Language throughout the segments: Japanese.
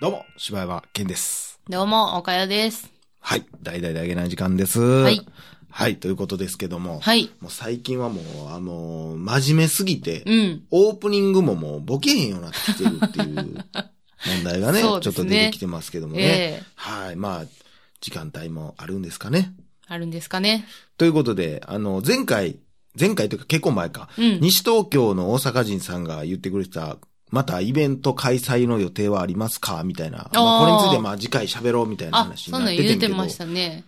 どうも、柴山健です。どうも、おかよです。はい。大々であげない時間です。は。はいはい、ということですけども。はい。もう最近はもう、あのー真面目すぎて、うん。オープニングももうボケへんようになってきてるっていう問題がね、 そうちょっでとすね出てきてますけどもね。ええはい。まあ、時間帯もあるんですかね。あるんですかね。ということで、あの、前回、前回というか結構前か、うん。西東京の大阪人さんが言ってくれてた、またイベント開催の予定はありますかみたいな。まああーこれについてまあ次回喋ろうみたいなあ、話になそんっなんてて言うんてけど。ましたね。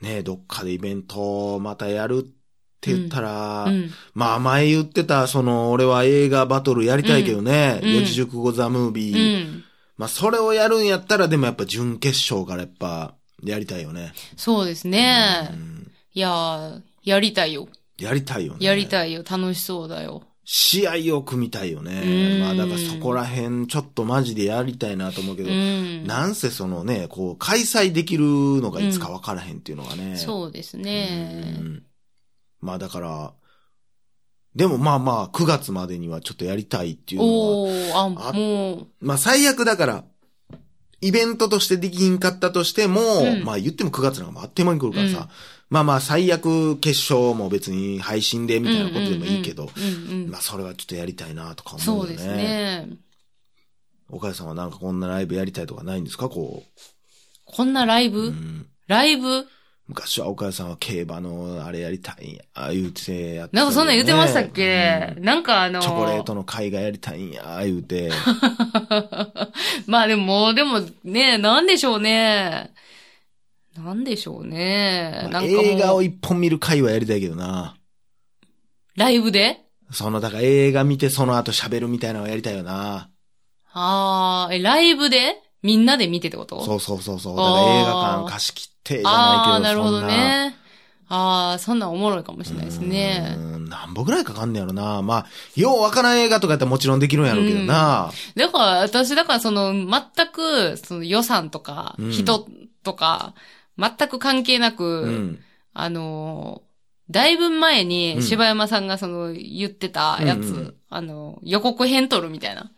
ねどっかでイベントをまたやるって言ったら、うん。まあ前言ってた、その、俺は映画バトルやりたいけどね、うん四字熟語ザムービうー。ん。まあそれをやるんやったら、でもやっぱ準決勝からやっぱ、やりたいよね。そうですねう。んいやー、やりたいよ。やりたいよね。やりたいよ。楽しそうだよ。試合を組みたいようね。んまあだからそこら辺ちょっとマジでやりたいなと思うけうど、ん。なんせそのね、こう開催できるのがいつかわからへんっていうのがね。そうですうね。んまあだから、でもまあまあ9月までにはちょっとやりたいっていうのは、おー、あ、あもう、まあ最悪だから、イベントとしてできひんかったとしても、うんまあ言っても9月なんかもあっという間に来るからさ、うんまあまあ最悪決勝も別に配信でみたいなことでもいいけど、うんうんうん。まあそれはちょっとやりたいなとか思うそようですね。岡井さんはなんかこんなライブやりたいとかないんですかここんなライう。うブんライブ昔は岡谷さんは競馬のあれやりたいんや、言うてやってたよね、なんかそんなん言ってましたっけうんなんかあのー、チョコレートの会がやりたいんや、言うて。まあでも、でもね、なんでしょうね。なんでしょうね。ま なあんか映画もをう、一本見る会はやりたいけどな。ライブでその、だから映画見てその後喋るみたいなのはやりたいよな。ああ、え、ライブでみんなで見てってことそうそうそうそう。だあーから映画館貸し切ってじあゃなあー、いなけるど、ほそんどな。ね。ああ、そんなんおもろいかもしれないですねう。ーん何本ぐらいかかんねやろな。まあ、ようわからん映画とかやったらもちろんできるんやろうけどな。だから、私、だからその、全く、その予算とかうん、人とか、全く関係なく、うん。あのーだいぶう前んに、柴山さんがその、言ってたやつ、うんうんあの、予告編撮るみたいな。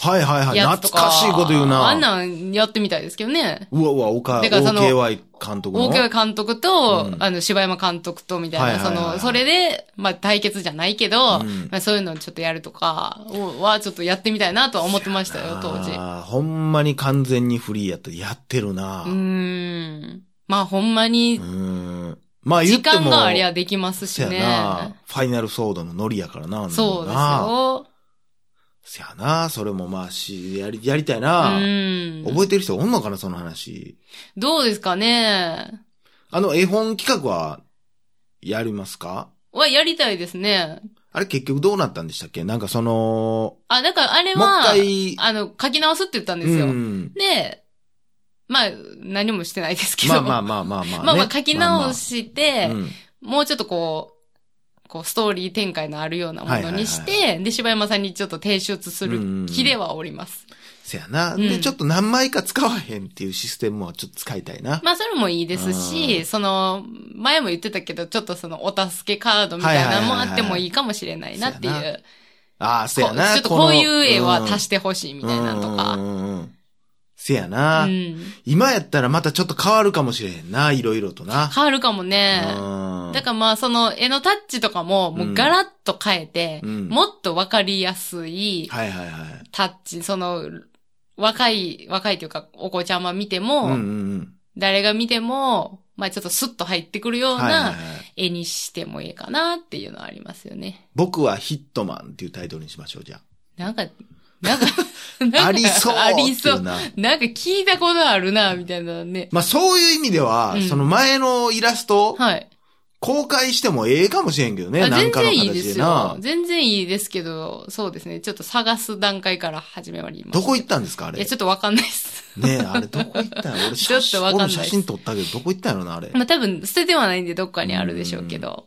はいはいはい。やつ懐とか。かしいこと言うな。あんなんやってみたいですけどね。うわうわ、岡、てかその OKY 監督の。大川監督と、うんあの、柴山監督とみたいな、はいはいはいはいその、それで、まあ、対決じゃないけど、うんまあ、そういうのをちょっとやるとか、をは、ちょっとやってみたいなとは思ってましたよ、当時。うあーほんまに完全にフリーやった。やってるな。ーん。まあ、ほんまにう、ーんまあ言っ時ても、間がありゃできますしせねや。な。ファイナルソードのノリやからな。あんなのそうですな。よ。せやな。それもまあし、やり、やりたいうな。ん。覚えてる人おんのかな、その話。どうですかねあの、絵本企画は、やりますかは、やりたいですね。あれ結局どうなったんでしたっけなんかその、あ、だからあれもうは、一回、あの、書き直すって言ったんですよ。うん。で、まあ、何もしてないですけど。まあまあまあまあまあ、ね。まあまあ書き直して、まあまあうんもうちょっとこう、こう、ストーリー展開のあるようなものにして、はいで、柴山さんにちょっと提出すうんる気ではおります。せやな。うんで、ちょっと何枚か使わへんっていうシステムもちょっと使いたいな。まあ、それもいいですうし、その、前も言ってたけど、ちょっとその、お助けカードみたいなのもあってもいいかもしれないなっていう。はいはいああ、せやこうな。ちょっとこういう絵は足ししてほしいみたいなのとか。か。せやうな、ん。今やったらまたちょっと変わるかもしれへんな、いろいろとな。変わるかもね。うんだからまあその絵のタッチとかももうガラッと変えて、うんもっとわかりやすいはいはいはい。タッチ、その若い、若いというかお子ちゃま見ても、うんうんうん。誰が見ても、まあちょっとスッと入ってくるようはいはいは。ない絵にしてもいいかなっていうのはありますよね。僕はヒットマンっていうタイトルにしましょう、じゃな んか、なんか、なんあ。かありそうありってそいうう。な。なんか聞いたことあるな、みたいなね。まあそういう意味では、うんその前のイラスト、はい。公開してもええかもしれんけどね、あなん全かの然いいで形すでなよ。。全然いいですけど、そうですね。ちょっと探す段階から始めまります。どこ行ったんですか、あれ。いや、ちょっとわかんない です。ねえ、あれどこ行ったんや俺 ち写ょっ真、とわかんな俺いです写真撮ったけど、どこ行ったんやろな、あれ。まあ、多分、捨ててはないんで、どっかにあるでしょうけど。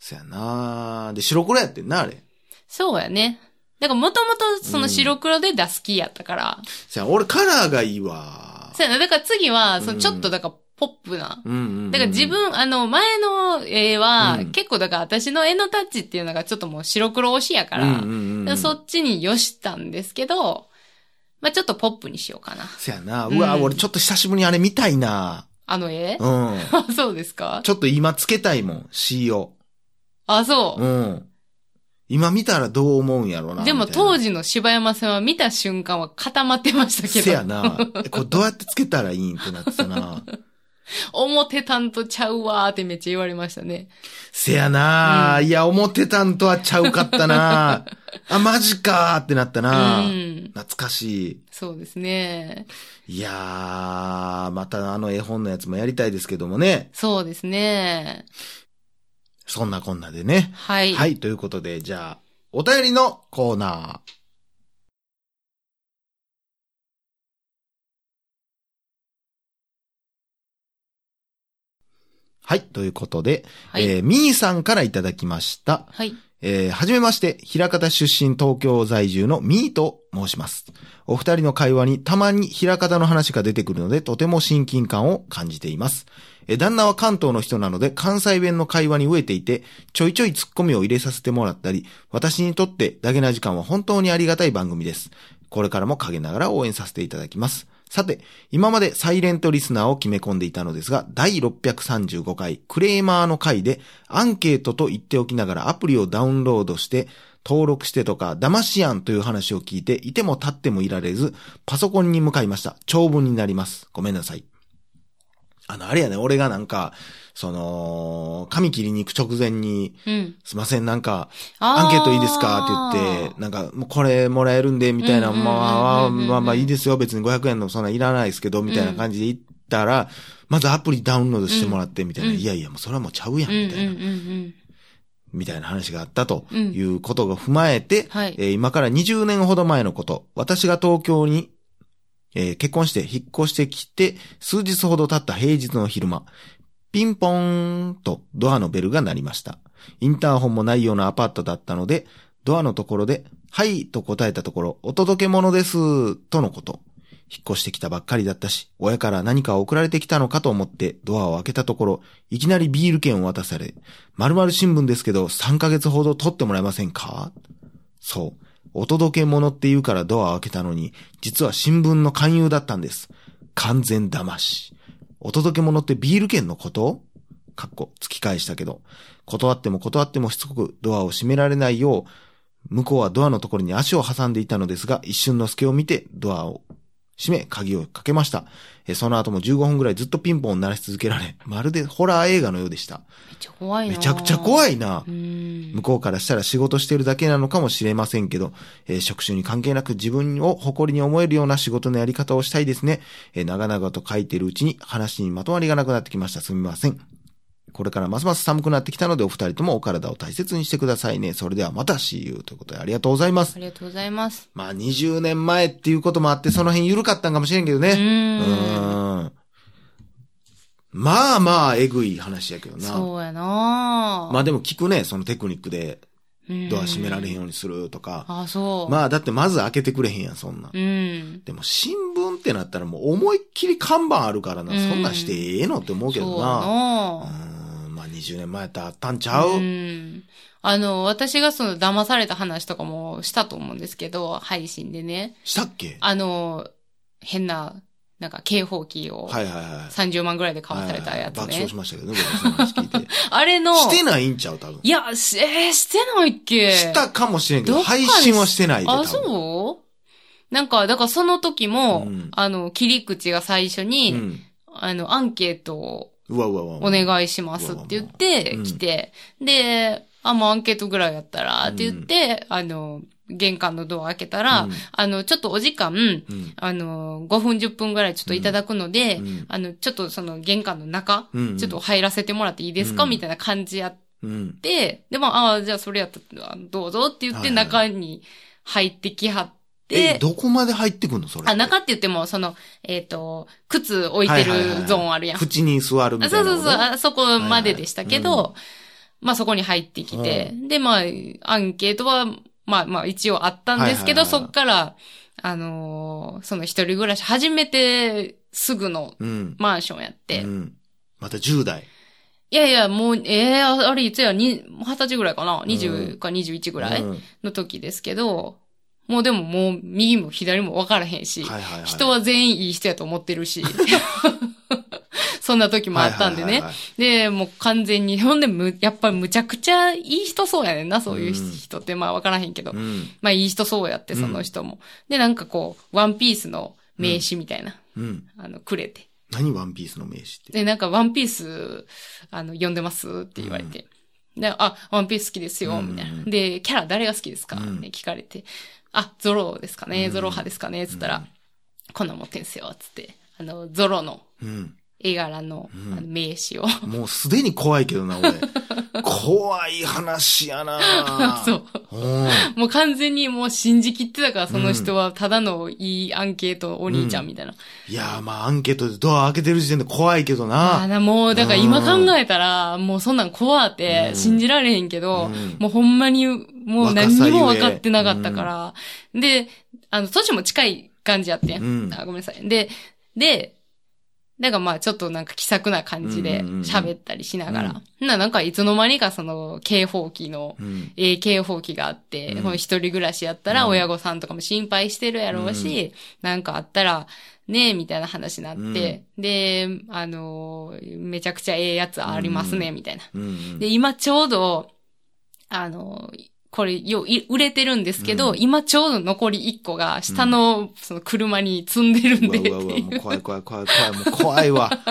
そやなで、白黒やってんな、あれ。そうやね。だから、もともと、その白黒で出す気やったから。そや、俺カラーがいいわ。そうやな。だから次は、そうの、んちょっと、だから、ポップな。うんうんうんだから自、分、あの、前の絵は、うん結構だから私の絵のタッチっていうのがちょっともう白黒推しやから、うんうんうでん、そっちによしたんですけど、まあちょっとポップにしようかな。そやな。うんうわ、俺ちょっと久しぶりにあれ見たいな。あの絵、 うん。あ、そうですかちょっと今つけたいもん、C を。あ、そう。うん。今見たらどう思うんやろうな。でも当時時の柴山さんは見た瞬間は固まってましたけど。せやな。えこれどうやってつけたらいいんってなってたな。思ってたんとちゃうわーってめっちゃ言われましたね。せやな、いや、思ってたんとはちゃうかったな。あ、マジかーってなったうな。ん。懐かしそうですね。い。いやー、またあの絵本のやつもやりたいですけどもね。そうですね。そんなこんなでね。はい。はい、ということで、じゃあ、お便りのコーナー。はい、ということで、はい。えーみーさんからいただきました。はい。えーはじめまして、平方出身東京在住のミーと申します。お二人の会話にたまに平方の話が出てくるので、とても親近感を感じています。えー旦那は関東の人なので、関西弁の会話に飢えていて、ちょいちょい突っ込みを入れさせてもらったり、私にとってダゲな時間は本当にありがたい番組です。これからも陰ながら応援させていただきます。さて、今までサイレントリスナーを決め込んでいたのですが、第635回クレーマーの回でアンケートと言っておきながらアプリをダウンロードして、登録してとか、騙し案という話を聞いて、いても立ってもいられず、パソコンに向かいました。長文になります。ごめんなさい。あの、あれやね、俺がなんか、その、髪切りに行く直前に、うん。すいません、なんか、あアンケートいいですかって言って、なんか、もうこれもらえるんで、みたいな、うんうんうんうんまあ、まあまあいいですよ、別に500円のそんなんいらないですけど、みたいな感じで言ったら、まずアプリダウンロードしてもらって、みたいな、うんいやいや、もうそれはもうちゃうやん、うんうみんうたんいな、うん。みたいな話があったとうんいうことを踏まえて、はいえー今から20年ほど前のこと、私が東京に、えー結婚して引っ越してきて、数日ほど経った平日の昼間、ピンポーンとドアのベルが鳴りました。インターホンもないようなアパートだったので、ドアのところで、はいと答えたところ、お届け物です、とのこと。引っ越してきたばっかりだったし、親から何か送られてきたのかと思ってドアを開けたところ、いきなりビール券を渡され、〇〇新聞ですけど3ヶ月ほど取ってもらえませんかそう。お届け物って言うからドアを開けたのに、実は新聞の勧誘だったんです。完全騙し。お届け物ってビール券のことかっこ、突き返したけど。断っても断ってもしつこくドアを閉められないよう、向こうはドアのところに足を挟んでいたのですが、一瞬の隙を見てドアを閉め、鍵をかけました。えその後も15分ぐらいずっとピンポンを鳴らし続けられ、まるでホラー映画のようでした。めっちゃ怖いな。めちゃくちゃ怖い。いなう。ん。向こうからしたら仕事してるだけなのかもしれませんけど、えー職種に関係なく自分を誇りに思えるような仕事のやり方をしたいですね。えー長々と書いてるうちに話にまとまりがなくなってきました。すみません。これからますます寒くなってきたので、お二人ともお体を大切にしてくださいね。それではまた See you ということでありがとうございますあ。りがとうございます。まあ20年前っていうこともあって、その辺緩かったんかもしれんけどうね。うーん。ーん。まあまあ、えぐい話やけどな。そうやなまあでも聞くね、そのテクニックでドア閉められへんよ。ようにするとか。あ、そう。まあだってまず開けてくれへんやん、そんなん。うん。でも新聞ってなったらもう思いっきり看板あるからな、うんそんなんしてええのって思うけそどうやな。うなーん、まあ20年前やったらあったんちゃう、ん。あの、私がその騙された話とかもしたと思うんですけど、配信でね。したっけあの、変な、なんか警報器をはいはいはい。 30万ぐらいで買わされたやつはいはい爆ね笑し。ましたけどね、僕その話聞いて。 あれの、してないんちゃう、多分。いや、しえーしてないっけしたかもしれんけどど、っかで配信はしてないで。あ、多分そうなんか、だからその時も、うんあの、切り口が最初に、うん。あの、アンケートをうわうわうわ。お願いしますって言ってうん来て、で、あ、もうアンケートぐらいやったら、って言って、あの、玄関のドア開けたら、うんあの、ちょっとお時間、うん。あの、5分10分ぐらいちょっといただくので、うんあの、ちょっとその玄関の中、うんちょっと入らせてもらっていいですか、うんみたいな感じやっうん。て、で、まあ、あーじゃあそれやったら、あのどうぞって言ってはいはい中に入ってきはっえ、て、どこまで入ってくんのそれ。あ、中って言っても、その、えっ、と、靴置いてはいはいはいはるいゾーンあるやん。口に座るみたあいなそうこと。そうそう、あそこまででしたけど、はいはまあそこに入ってきて、うで、まあ、アンケートは、まあまあ一応あったんですけど、はいはいはいはいそっから、あのーその一人暮らし始めてすぐのうん。マンションやって。うん。また10代。いやいや、もう、ええあれいつや、に二十歳ぐらいかな ?20 か21ぐらいうん、はいの時ですけど、もうでももう右も左も分からへんし、はいはい。人は全員いい人やと思ってるし、 そんな時もあったんでね。はいはいはいはい。で、もう完全に、 ほんでむ、やっぱりむちゃくちゃいい人そうやねんな、そういううん人って、まあ分からへんけど、うん。まあいい人そうやって、その人も。で、なんかこう、ワンピースの名刺みたいな、うん。あの、くれて。何ワンピースの名刺って。で、なんか、ワンピース、あの、読んでますって言われて。で、あ、ワンピース好きですよ、うんみたいな。で、キャラ誰が好きですか、うんって聞かれて。あ、ゾロですかね、うんゾロ派ですかねつったうらん、こんなん持ってんすよ、つって。あの、ゾロのうん。絵柄のうんあの名刺を。もうすでに怖いけどな、 俺。怖い話やな そう。うん。もう完全にもう信じきってたから、その人はただのいいアンケートお兄ちゃんみたいな。いやー、まあアンケートでドア開けてる時点で怖いけどあな。あ、もう、だから今考えたら、もうそんなん怖ってうん信じられへんけど、うんもうほんまに、もう若何さゆえにも分かってなかったから。で、あの、年も近い感じやってん。うんあごめんなさい。で、で、だからまあちょっとなんか気さくな感じでうんうんうん喋ったりしながら。うんほんならなんかいつの間にかその警報器の、うん。えー警報器があって、うんこの一人暮らしやったらうん親御さんとかも心配してるやろうし、なんかあったら、ねえ、みたいな話になって、で、あのーめちゃくちゃええやつありますね、みたいな。うんうん。で、今ちょうど、あのーこれ、よ、い売れてるんですけうど、ん今ちょうど残り1個が、下の、その車に積んでるんで、ってうわうわうわ、いもうう。怖い怖い怖い怖い、もう怖いわ。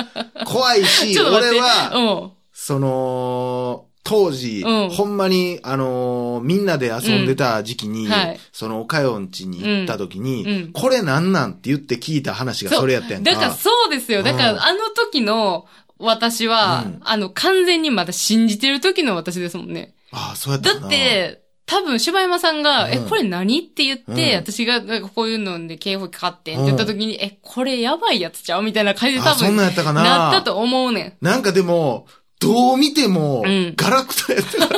怖いし、 ちょっと待っ俺ては、うん。その、当時、うんほんまに、あのーみんなで遊んでた時期に、うんはいその、おかよんちに行った時に、 うんうんこれなんなんって言って聞いた話がそうそれやったやんか。だからそうですよ。だかうんらあの時の私は、うんあの完全にまだ信じてる時の私ですもんね。ああ、そうやっただかな。って、多分柴山さんが、うんえ、これ何って言って、うん私がなんかこういうので警報器買ってって言った時に、え、これやばいやつちゃうみたいな感じであ多あ、そん分なんやったかな。なったと思うねん。なんかでも、どう見ても、うんガラクタやった か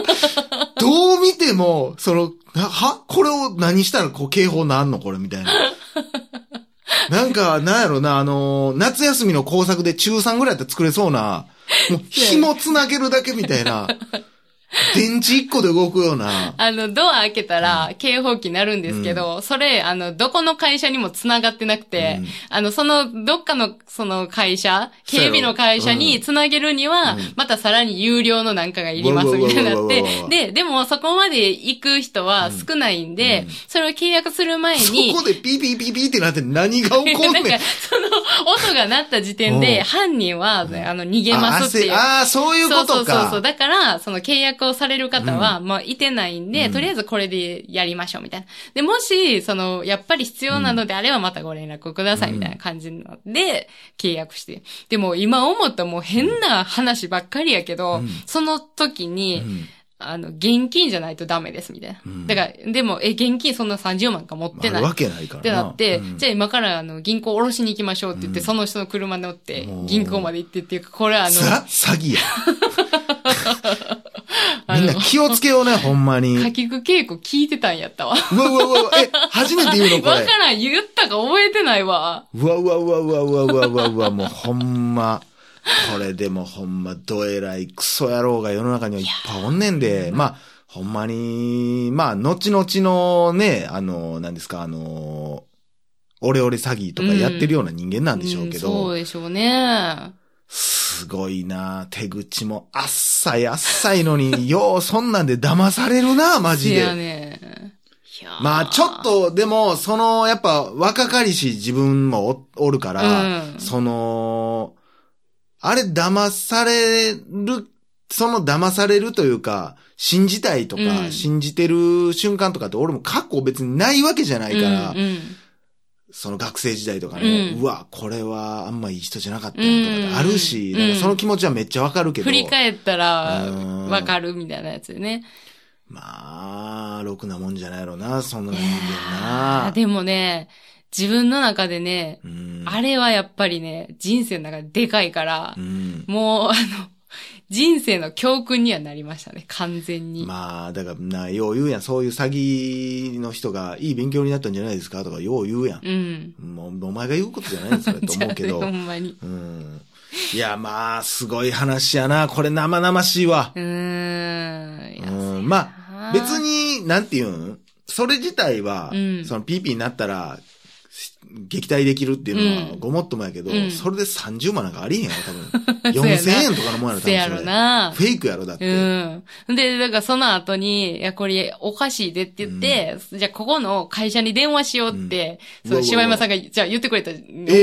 ら、どう見ても、その、なはこれを何したらこう警報なんのこれみたいな。 なんか、なんやろな、あのー夏休みの工作で中3ぐらいやったら作れそうな、もう紐つなげるだけみたいな、電池1個で動くような、あの、ドア開けたら警報器鳴るんですけど、それ、あの、どこの会社にも繋がってなくて、うんあの、その、どっかの、その会社、そうや警ろ備の会社に繋げるには、うんまたさらに有料のなんかがいりますうわうわみたいになっうわうわうわて、で、でもそこまで行く人は少ないんで、うんそれを契約する前そに、こでピーピーピーピーってなって何が起こんねなん ん。か、その、音が鳴った時点うで、ん犯人は、あの、逃げあますってい汗う。あー、そういうこそうとそうそうか。そう。だから、その契約をされる方は、まあ、いてないんで、とりあえずこれでやりましょう、みたいな。で、もし、その、やっぱり必要なのであれば、またご連絡ください、みたいな感じなので、契約して。でも、今思ったもう変な話ばっかりやけど、うんその時に、うんあの、現金じゃないとダメです、みたいな。うんだから、でも、え、現金そんな30万か持ってあないる。わけないからな。ってなって、うんじゃあ今からあの銀行下ろしに行きましょうって言って、うんその人の車乗ってもう銀行まで行ってっていうか、これはあの、さ、詐欺や。 あみんのな気をつけよ うね、ほんまに。かきく稽古聞いてたんやったわ。わうわうわうわ、え、初めて言うのこれか。らん、言ったか覚えてないわ。うわうわうわうわうわうわうわうわ、もうほんま。これでもほんま、どえらいクソ野郎が世の中にはいっぱいおんねんで、まあ、ほんまに、まあ、後々のね、あの、何ですか、あの、オレオレ詐欺とかやってるような人間なんでしょうけど、んそうでしょうね。すごいな手口もあっさいあっさいのに、 ようそんなんで騙されるなマジせで。やね。いやーまあちょっ、と、でも、その、やっぱ若かりし自分もおおるから、うん、その、あれ騙される、その騙されるというか、信じたいとか、うん信じてる瞬間とかって俺も過去別にないわけじゃないから、うんうんその学生時代とかね、ううんわ、これはあんまいい人じゃなかったなとかってあるし、うんだからその気持ちはめっちゃわかるけど、振り返ったら、うんわかるみたいなやつでね。まあ、ろくなもんじゃないやろな、そんない人間やーな。でもね、自分の中でね、うんあれはやっぱりね、人生の中ででかいからう、んもう、あの、人生の教訓にはなりましたね、完全に。まあ、だから、な、よう言うやん。そういう詐欺の人が、いい勉強になったんじゃないですかとか、よう言うやん。うん。もう、お前が言うことじゃないんですよ、と思うけど ほ。んまに。うん。いや、まあ、すごい話やな。これ生々しいわ。うーん。いやうん。まあ、別。そうやなに、なんていうんそれ自体は、うんその PP になったら、し撃退できるっていうのうは、んごもっともやけど、うんそれで30万なんかあ りえへんやろ、多分。そうやな4000円とかのもんやろ、多せ分やそれ。ろな。フェイクやろ、だって。うん。で、だからその後に、いや、これおかしいでって言って、じゃあここの会社に電話しようって、うんそうう、わうわ柴山さんが、じゃあ言ってくれた、覚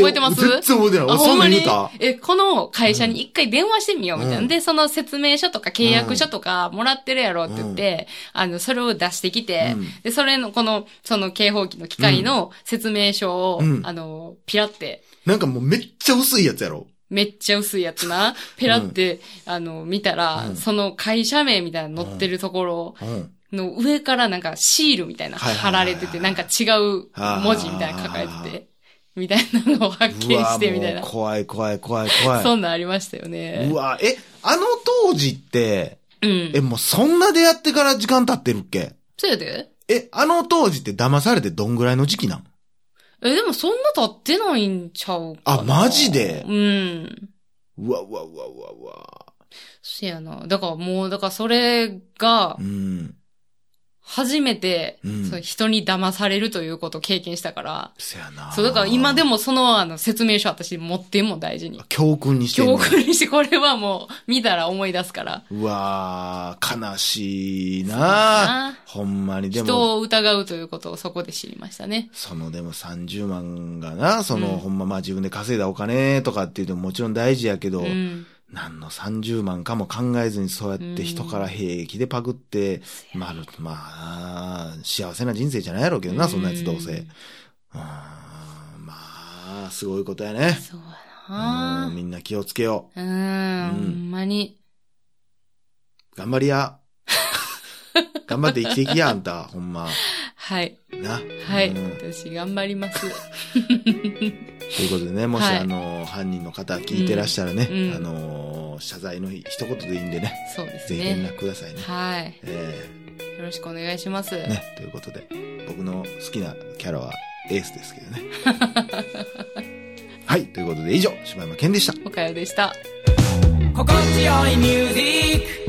えてます全然覚えてない。あ俺ほそんんなまんに言うたえ、この会社に一回電話してみようみたいな。うんで、その説明書とか契約書とかもらってるやろって言って、あの、それを出してきて、うんで、それの、この、その警報器の機械の説明書を、うんあの、ピラって、なんかもうめっちゃ薄いやつやろ。めっちゃ薄いやつな、ペラって、あの、見たら、うんその会社名みたいなの載ってるところ うん。の上からなんかシールみたいなはいは貼いはらいはいれてて、なんか違う文字みたいな書かれてて、みたいなのを発見うわしてみたいもなう。怖い怖い怖い怖い。そんなんありましたよね。うわ、え、あの当時って、うん。え、もうそんな出会ってから時間経ってるっけそうやでえ、あの当時って騙されてどんぐらいの時期なんえ、でもそんな経ってないんちゃうかなあマジでうん。うわうわうわうわうわ。せやな。だからもう、だからそれがう、ん。初めて、うんその人に騙されるということを経験したから、そやな。そう、だから今でも。もその、あの、説明書私持ってんもん大事に。教訓にしてんね教や訓にして、これはもう、見たら思い出すから。うわー悲しいそうなだなほんまにでも、人を疑うということをそこで知りましたね。そのでも30万がな、その、うんほんままあ自分で稼いだお金とかっていうのももちろん大事やけど、うん。何の30万かも考えずにそうやって人から平気でパクって、まあ、まあ、幸せな人生じゃないやろうけどな、そんなやつどうせ。うんん、まあ、すごいことやね。そうやうなんみんな気をつけよううんん、ほんまに。う。頑張りや。頑張って生きていきや、あんた。ほんま。はい。な。はい。うん私、頑張ります。ということでね、もし、はいあの、犯人の方聞いてらっしゃらね、うんうんあの、謝罪の一言でいいんでね、そうですぜひ連ね。絡くださいね。はい。えよろしくお願いします。ーね、ということで、僕の好きなキャラはエースですけどね。 はい、ということで以上、柴山健でした。おかよでした。心地よいミュージック